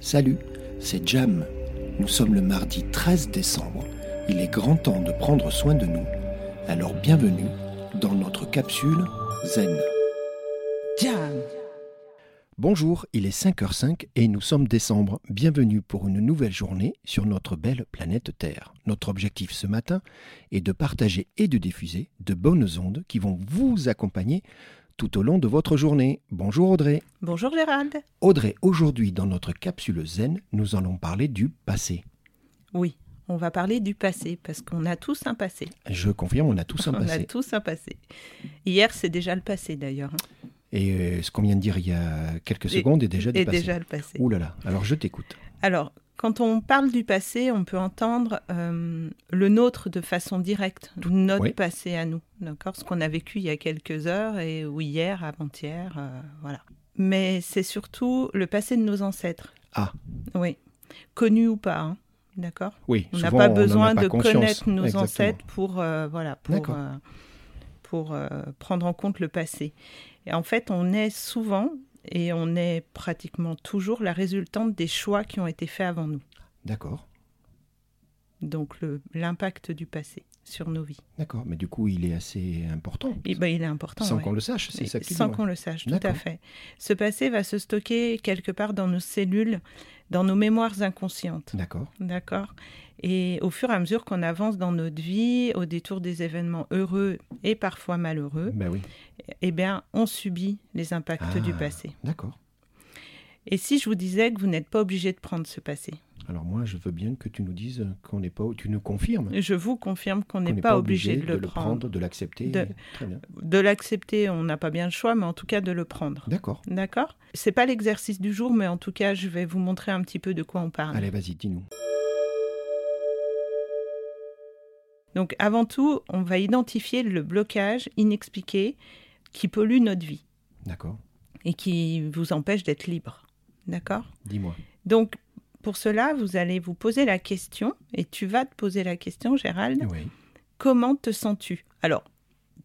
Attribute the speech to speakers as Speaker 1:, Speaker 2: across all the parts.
Speaker 1: Salut, c'est Jam. Nous sommes le mardi 13 décembre. Il est grand temps de prendre soin de nous. Alors bienvenue dans notre capsule Zen.
Speaker 2: Jam,
Speaker 1: Bonjour, il est 5h05 et nous sommes décembre. Bienvenue pour une nouvelle journée sur notre belle planète Terre. Notre objectif ce matin est de partager et de diffuser de bonnes ondes qui vont vous accompagner tout au long de votre journée. Bonjour Audrey.
Speaker 2: Bonjour Gérald.
Speaker 1: Audrey, aujourd'hui dans notre capsule zen, nous allons parler du passé.
Speaker 2: Oui, on va parler du passé parce qu'on a tous un passé.
Speaker 1: Je confirme, on a tous un
Speaker 2: on a
Speaker 1: passé.
Speaker 2: tous un passé. Hier, c'est déjà le passé d'ailleurs. hein.
Speaker 1: Et euh, ce qu'on vient de dire il y a quelques secondes est déjà
Speaker 2: Et
Speaker 1: dépassé.
Speaker 2: déjà le passé.
Speaker 1: Ouh là là, alors je t'écoute.
Speaker 2: Alors, quand on parle du passé, on peut entendre euh, le nôtre de façon directe, notre
Speaker 1: oui.
Speaker 2: passé à nous, d'accord Ce qu'on a vécu il y a quelques heures et ou hier, avant-hier, euh, voilà. Mais c'est surtout le passé de nos ancêtres.
Speaker 1: Ah.
Speaker 2: Oui. Connu ou pas, hein, d'accord
Speaker 1: Oui,
Speaker 2: On n'a
Speaker 1: souvent,
Speaker 2: pas
Speaker 1: n'en a
Speaker 2: besoin
Speaker 1: pas
Speaker 2: de
Speaker 1: conscience.
Speaker 2: connaître nos
Speaker 1: Exactement.
Speaker 2: ancêtres pour, euh, voilà, pour,
Speaker 1: D'accord.
Speaker 2: euh, pour euh, prendre en compte le passé. Et en fait, on est souvent et on est pratiquement toujours la résultante des choix qui ont été faits avant nous.
Speaker 1: D'accord,
Speaker 2: Donc le- l'impact du passé sur nos vies.
Speaker 1: d'accord. Mais du coup, il est assez important.
Speaker 2: Et ben, il est important.
Speaker 1: Sans
Speaker 2: ouais.
Speaker 1: qu'on le sache, c'est
Speaker 2: Et
Speaker 1: ça que tu dis,
Speaker 2: sans
Speaker 1: ouais.
Speaker 2: qu'on le sache, tout à
Speaker 1: D'accord.
Speaker 2: fait. Ce passé va se stocker quelque part dans nos cellules, dans nos mémoires inconscientes.
Speaker 1: D'accord.
Speaker 2: D'accord. Et au fur et à mesure qu'on avance dans notre vie, au détour des événements heureux et parfois malheureux,
Speaker 1: Ben oui.
Speaker 2: eh bien, on subit les impacts
Speaker 1: Ah.
Speaker 2: du passé.
Speaker 1: D'accord.
Speaker 2: Et si je vous disais que vous n'êtes pas obligé de prendre ce passé
Speaker 1: Alors moi, je veux bien que tu nous dises qu'on n'est pas. Tu nous confirmes.
Speaker 2: Je vous confirme qu'on
Speaker 1: qu'on
Speaker 2: n'est pas, obligé de le prendre.
Speaker 1: de l'accepter.
Speaker 2: De-
Speaker 1: Très bien.
Speaker 2: De l'accepter, on n'a pas bien le choix, mais en tout cas de le prendre.
Speaker 1: D'accord.
Speaker 2: D'accord C'est pas l'exercice du jour, mais en tout cas, je vais vous montrer un petit peu de quoi on parle.
Speaker 1: Allez, vas-y, dis-nous.
Speaker 2: Donc avant tout, on va identifier le blocage inexpliqué qui pollue notre vie.
Speaker 1: D'accord.
Speaker 2: et qui vous empêche d'être libre. D'accord
Speaker 1: Dis-moi.
Speaker 2: Donc, pour cela, vous allez vous poser la question, et tu vas te poser la question, Gérald,
Speaker 1: Oui.
Speaker 2: comment te sens-tu Alors,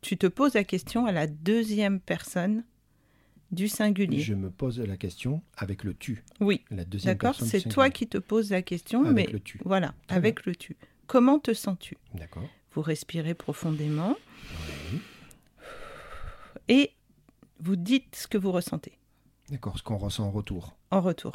Speaker 2: tu te poses la question à la deuxième personne du singulier.
Speaker 1: Je me pose la question avec le tu.
Speaker 2: Oui,
Speaker 1: La deuxième
Speaker 2: d'accord
Speaker 1: personne
Speaker 2: C'est
Speaker 1: singulière.
Speaker 2: toi qui te poses la question,
Speaker 1: Avec
Speaker 2: mais
Speaker 1: le tu.
Speaker 2: voilà,
Speaker 1: Très
Speaker 2: avec le tu. Comment te sens-tu
Speaker 1: D'accord.
Speaker 2: Vous respirez profondément
Speaker 1: Oui.
Speaker 2: et vous dites ce que vous ressentez
Speaker 1: D'accord. Ce qu'on ressent en retour,
Speaker 2: en retour.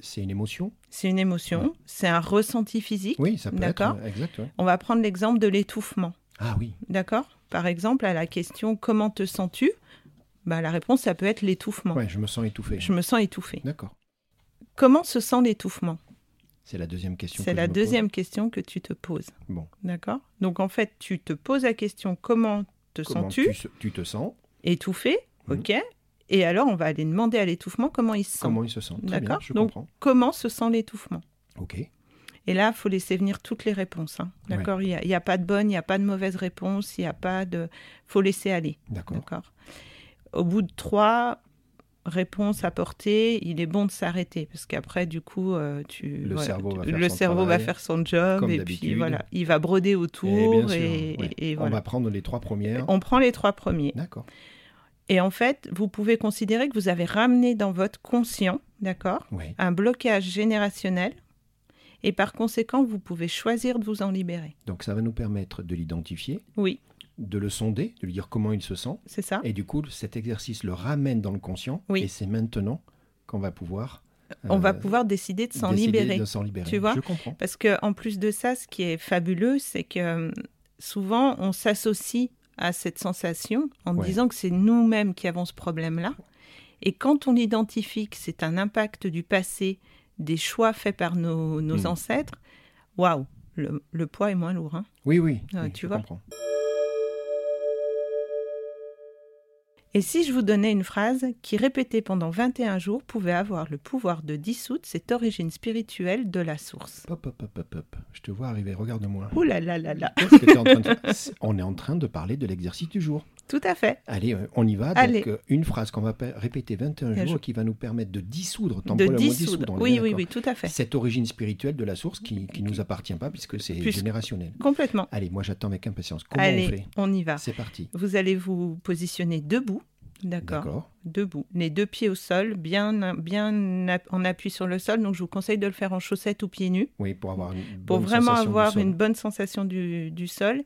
Speaker 1: c'est une émotion.
Speaker 2: C'est une émotion, c'est un ressenti physique.
Speaker 1: Oui, ça peut
Speaker 2: D'accord.
Speaker 1: être. euh, Exact. ouais.
Speaker 2: On va prendre l'exemple de l'étouffement.
Speaker 1: Ah oui.
Speaker 2: D'accord Par exemple, à la question comment te sens-tu bah, La réponse, ça peut être l'étouffement.
Speaker 1: Ouais, je me sens étouffé.
Speaker 2: Je me sens étouffé.
Speaker 1: D'accord.
Speaker 2: Comment se sent l'étouffement
Speaker 1: C'est la deuxième question.
Speaker 2: C'est
Speaker 1: que
Speaker 2: la
Speaker 1: je me
Speaker 2: deuxième question que tu te poses.
Speaker 1: pose. Bon.
Speaker 2: D'accord Donc en fait, tu te poses la question comment te
Speaker 1: Comment
Speaker 2: sens-tu
Speaker 1: se- tu te sens
Speaker 2: Étouffé,
Speaker 1: Mhm.
Speaker 2: ok Et alors, on va aller demander à l'étouffement comment il se sent. Comment,
Speaker 1: Comment il se sent Très bien,
Speaker 2: D'accord.
Speaker 1: Je
Speaker 2: Donc-
Speaker 1: comprends.
Speaker 2: se sent l'étouffement
Speaker 1: Ok.
Speaker 2: Et là, il faut laisser venir toutes les réponses. hein.
Speaker 1: Ouais.
Speaker 2: D'accord Il n'y a, il y a pas de bonne, il n'y a pas de mauvaise réponse, il n'y a pas de... faut laisser aller.
Speaker 1: D'accord.
Speaker 2: D'accord. Au bout de trois réponses apportées, il est bon de s'arrêter parce qu'après, du coup, euh, tu
Speaker 1: Le cerveau va
Speaker 2: tu-
Speaker 1: faire
Speaker 2: le
Speaker 1: son
Speaker 2: cerveau va
Speaker 1: travail,
Speaker 2: faire son job
Speaker 1: comme
Speaker 2: et puis
Speaker 1: d'habitude.
Speaker 2: voilà, il va broder
Speaker 1: bien
Speaker 2: autour
Speaker 1: sûr,
Speaker 2: et,
Speaker 1: ouais.
Speaker 2: et- et
Speaker 1: On
Speaker 2: voilà.
Speaker 1: va prendre les trois premières.
Speaker 2: On prend les trois premiers.
Speaker 1: D'accord.
Speaker 2: Et en fait, vous pouvez considérer que vous avez ramené dans votre conscient, d'accord,
Speaker 1: Oui.
Speaker 2: un blocage générationnel. Et par conséquent, vous pouvez choisir de vous en libérer.
Speaker 1: Donc ça va nous permettre de l'identifier,
Speaker 2: Oui,
Speaker 1: de le sonder, de lui dire comment il se sent.
Speaker 2: c'est ça.
Speaker 1: Et du coup, cet exercice le ramène dans le conscient.
Speaker 2: Oui.
Speaker 1: Et c'est maintenant qu'on va pouvoir.
Speaker 2: On
Speaker 1: euh,
Speaker 2: va pouvoir décider de s'en
Speaker 1: décider
Speaker 2: libérer.
Speaker 1: de s'en libérer.
Speaker 2: Tu vois
Speaker 1: Je comprends.
Speaker 2: Parce que en plus de ça, ce qui est fabuleux, c'est que euh, souvent on s'associe à cette sensation en
Speaker 1: Ouais.
Speaker 2: disant que c'est nous-mêmes qui avons ce problème-là. Et quand on identifie que c'est un impact du passé, des choix faits par nos, nos
Speaker 1: Mm.
Speaker 2: ancêtres, waouh, le, le poids est moins lourd. hein.
Speaker 1: Oui, oui.
Speaker 2: Ah,
Speaker 1: oui,
Speaker 2: tu
Speaker 1: je
Speaker 2: vois
Speaker 1: comprends.
Speaker 2: Et si je vous donnais une phrase qui, répétée pendant 21 jours, pouvait avoir le pouvoir de dissoudre cette origine spirituelle de la source
Speaker 1: Hop, hop, hop, hop, hop. Je te vois arriver. Regarde-moi.
Speaker 2: Ouh là là Oh là là
Speaker 1: Qu'est-ce que t'es en train de faire C'est- On est en train de parler de l'exercice du jour.
Speaker 2: Tout à fait
Speaker 1: Allez, euh, on y va.
Speaker 2: Allez.
Speaker 1: Donc, euh, une phrase qu'on va pa- répéter 21
Speaker 2: Bien
Speaker 1: jours
Speaker 2: joué.
Speaker 1: qui va nous permettre de dissoudre
Speaker 2: De
Speaker 1: temporairement
Speaker 2: dissoudre.
Speaker 1: on est
Speaker 2: Oui,
Speaker 1: bien
Speaker 2: oui,
Speaker 1: d'accord.
Speaker 2: oui, tout à fait.
Speaker 1: Cette origine spirituelle de la source qui ne nous appartient pas puisque c'est
Speaker 2: Puisque-
Speaker 1: générationnel.
Speaker 2: Complètement.
Speaker 1: Allez, moi j'attends avec impatience. Comment
Speaker 2: Allez,
Speaker 1: on fait
Speaker 2: on y va.
Speaker 1: C'est parti.
Speaker 2: Vous allez vous positionner debout, D'accord. Debout. Les deux pieds au sol, bien, bien ap- en appui sur le sol. Donc, je vous conseille de le faire en chaussettes ou pieds nus
Speaker 1: Oui, pour avoir une
Speaker 2: pour
Speaker 1: bonne
Speaker 2: vraiment
Speaker 1: sensation du
Speaker 2: avoir
Speaker 1: sol.
Speaker 2: une bonne sensation du, du sol.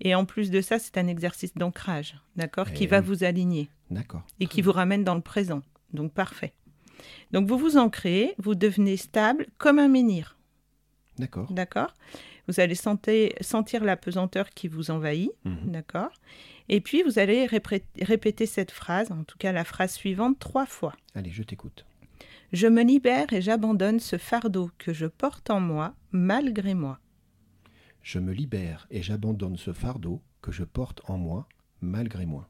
Speaker 2: Et en plus de ça, c'est un exercice d'ancrage, d'accord, qui
Speaker 1: Eh
Speaker 2: va
Speaker 1: oui.
Speaker 2: vous aligner
Speaker 1: D'accord.
Speaker 2: et qui vous ramène dans le présent. Donc, parfait. Donc, vous vous ancrez, vous devenez stable comme un menhir.
Speaker 1: D'accord.
Speaker 2: D'accord Vous allez sentez- sentir la pesanteur qui vous envahit.
Speaker 1: Mhm.
Speaker 2: D'accord Et puis, vous allez répré- répéter cette phrase, en tout cas la phrase suivante, trois fois.
Speaker 1: Allez, je t'écoute.
Speaker 2: Je me libère et j'abandonne ce fardeau que je porte en moi, malgré moi.
Speaker 1: Je me libère et j'abandonne ce fardeau que je porte en moi, malgré moi.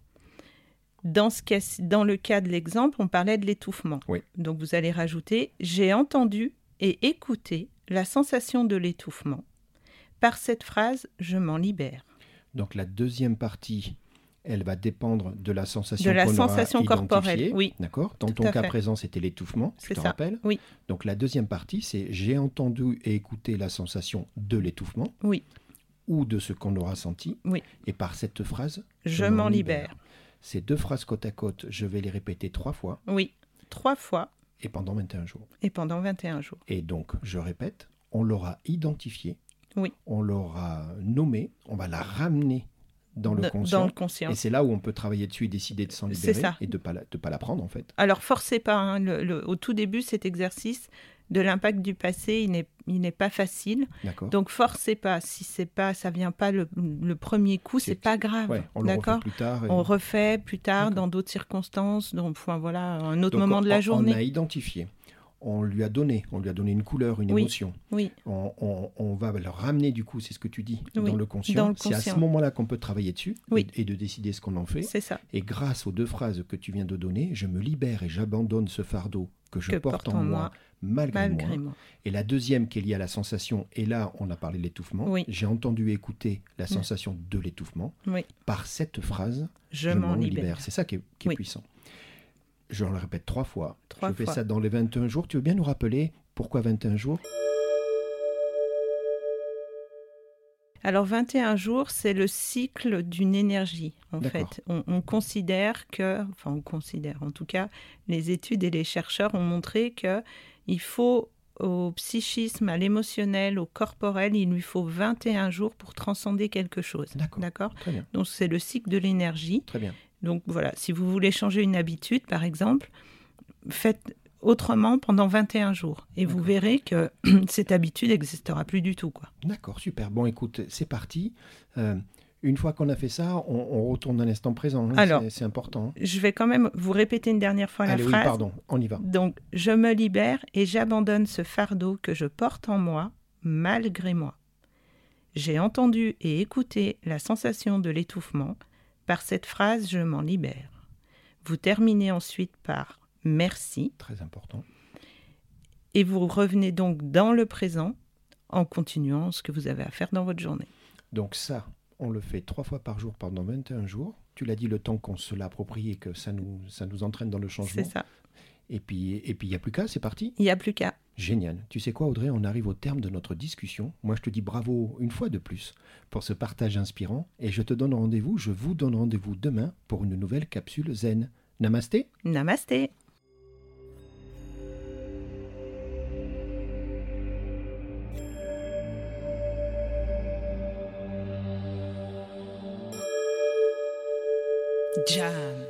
Speaker 2: Dans, ce cas- dans le cas de l'exemple, on parlait de l'étouffement.
Speaker 1: Oui.
Speaker 2: Donc, vous allez rajouter J'ai entendu et écouté la sensation de l'étouffement. Par cette phrase, je m'en libère.
Speaker 1: Donc la deuxième partie, elle va dépendre de la sensation
Speaker 2: De la
Speaker 1: qu'on aura
Speaker 2: sensation corporelle,
Speaker 1: identifiée.
Speaker 2: oui.
Speaker 1: D'accord. Dans
Speaker 2: Tout
Speaker 1: ton
Speaker 2: à
Speaker 1: cas
Speaker 2: fait.
Speaker 1: présent, c'était l'étouffement, je
Speaker 2: C'est
Speaker 1: te
Speaker 2: ça,
Speaker 1: rappelle.
Speaker 2: oui.
Speaker 1: Donc la deuxième partie, c'est j'ai entendu et écouté la sensation de l'étouffement.
Speaker 2: Oui.
Speaker 1: Ou de ce qu'on aura senti.
Speaker 2: Oui.
Speaker 1: Et par cette phrase,
Speaker 2: Je, m'en libère.
Speaker 1: Ces deux phrases côte à côte, je vais les répéter trois fois
Speaker 2: Oui, trois fois
Speaker 1: et pendant 21 jours.
Speaker 2: et pendant 21 jours.
Speaker 1: Et donc, je répète, on l'aura identifié,
Speaker 2: Oui.
Speaker 1: on l'aura nommé, on va la ramener dans le
Speaker 2: D-
Speaker 1: conscient.
Speaker 2: Dans le
Speaker 1: Et
Speaker 2: conscient.
Speaker 1: c'est là où on peut travailler dessus et décider de s'en
Speaker 2: C'est
Speaker 1: libérer
Speaker 2: ça.
Speaker 1: et de ne pas, la- de pas la prendre en fait.
Speaker 2: Alors, forcez pas. hein, le- le- au tout début, cet exercice de l'impact du passé, il n'est, il n'est pas facile.
Speaker 1: D'accord
Speaker 2: Donc, forcez pas. Si c'est pas, ça vient pas le, le premier coup,
Speaker 1: C'est-
Speaker 2: c'est pas grave.
Speaker 1: Ouais, on le refait
Speaker 2: D'accord
Speaker 1: plus tard. et-
Speaker 2: On refait plus tard
Speaker 1: D'accord.
Speaker 2: dans d'autres circonstances, donc enfin, voilà, un autre
Speaker 1: Donc,
Speaker 2: moment
Speaker 1: on-
Speaker 2: de la
Speaker 1: on-
Speaker 2: journée.
Speaker 1: On a identifié, on lui a donné, on lui a donné une couleur, une
Speaker 2: Oui.
Speaker 1: émotion.
Speaker 2: Oui,
Speaker 1: On, on- on va le ramener du coup, c'est ce que tu dis,
Speaker 2: Oui,
Speaker 1: dans le conscient.
Speaker 2: dans le
Speaker 1: C'est à ce
Speaker 2: conscient.
Speaker 1: moment-là qu'on peut travailler dessus
Speaker 2: Oui.
Speaker 1: et, et de décider ce qu'on en fait.
Speaker 2: c'est ça.
Speaker 1: Et grâce aux deux phrases que tu viens de donner, je me libère et j'abandonne ce fardeau que je
Speaker 2: Que
Speaker 1: porte, en moi, malgré,
Speaker 2: Malgré
Speaker 1: moi.
Speaker 2: moi.
Speaker 1: Et la deuxième qui est liée à la sensation, et là on a parlé de l'étouffement,
Speaker 2: Oui.
Speaker 1: j'ai entendu et écouté la sensation de l'étouffement.
Speaker 2: Oui.
Speaker 1: Par cette phrase,
Speaker 2: Je, m'en libère.
Speaker 1: C'est ça qui est, qui est
Speaker 2: Oui.
Speaker 1: puissant. Je le répète trois fois.
Speaker 2: Trois
Speaker 1: je fais
Speaker 2: fois.
Speaker 1: ça dans les 21 jours. Tu veux bien nous rappeler pourquoi 21 jours
Speaker 2: Alors 21 jours, c'est le cycle d'une énergie en
Speaker 1: D'accord.
Speaker 2: fait. On, on considère que, enfin on considère, en tout cas, les études et les chercheurs ont montré que il faut au psychisme, à l'émotionnel, au corporel, il lui faut 21 jours pour transcender quelque chose.
Speaker 1: D'accord.
Speaker 2: D'accord
Speaker 1: Très bien,
Speaker 2: Donc c'est le cycle de l'énergie.
Speaker 1: très bien.
Speaker 2: Donc voilà, si vous voulez changer une habitude par exemple, faites autrement pendant 21 jours et vous
Speaker 1: D'accord.
Speaker 2: verrez que cette habitude n'existera plus du tout quoi.
Speaker 1: D'accord, super. Bon, écoute, c'est parti. Euh, une fois qu'on a fait ça, on, on retourne à l'instant présent. hein.
Speaker 2: Alors.
Speaker 1: C'est- c'est important. hein.
Speaker 2: Je vais quand même vous répéter une dernière fois
Speaker 1: Allez,
Speaker 2: la
Speaker 1: oui,
Speaker 2: phrase.
Speaker 1: pardon, on y va.
Speaker 2: Donc, je me libère et j'abandonne ce fardeau que je porte en moi, malgré moi. J'ai entendu et écouté la sensation de l'étouffement. Par cette phrase, je m'en libère. Vous terminez ensuite par merci
Speaker 1: Très important.
Speaker 2: et vous revenez donc dans le présent en continuant ce que vous avez à faire dans votre journée.
Speaker 1: Donc ça, on le fait trois fois par jour pendant 21 jours. Tu l'as dit, le temps qu'on se l'approprie et que ça nous, ça nous entraîne dans le
Speaker 2: C'est
Speaker 1: changement.
Speaker 2: ça.
Speaker 1: Et puis, et puis, il n'y a plus qu'à, c'est parti.
Speaker 2: Il n'y a plus qu'à.
Speaker 1: Génial. Tu sais quoi, Audrey, on arrive au terme de notre discussion. Moi, je te dis bravo une fois de plus pour ce partage inspirant. Et je te donne rendez-vous, je vous donne rendez-vous demain pour une nouvelle capsule zen. Namasté
Speaker 2: Namasté. Jam.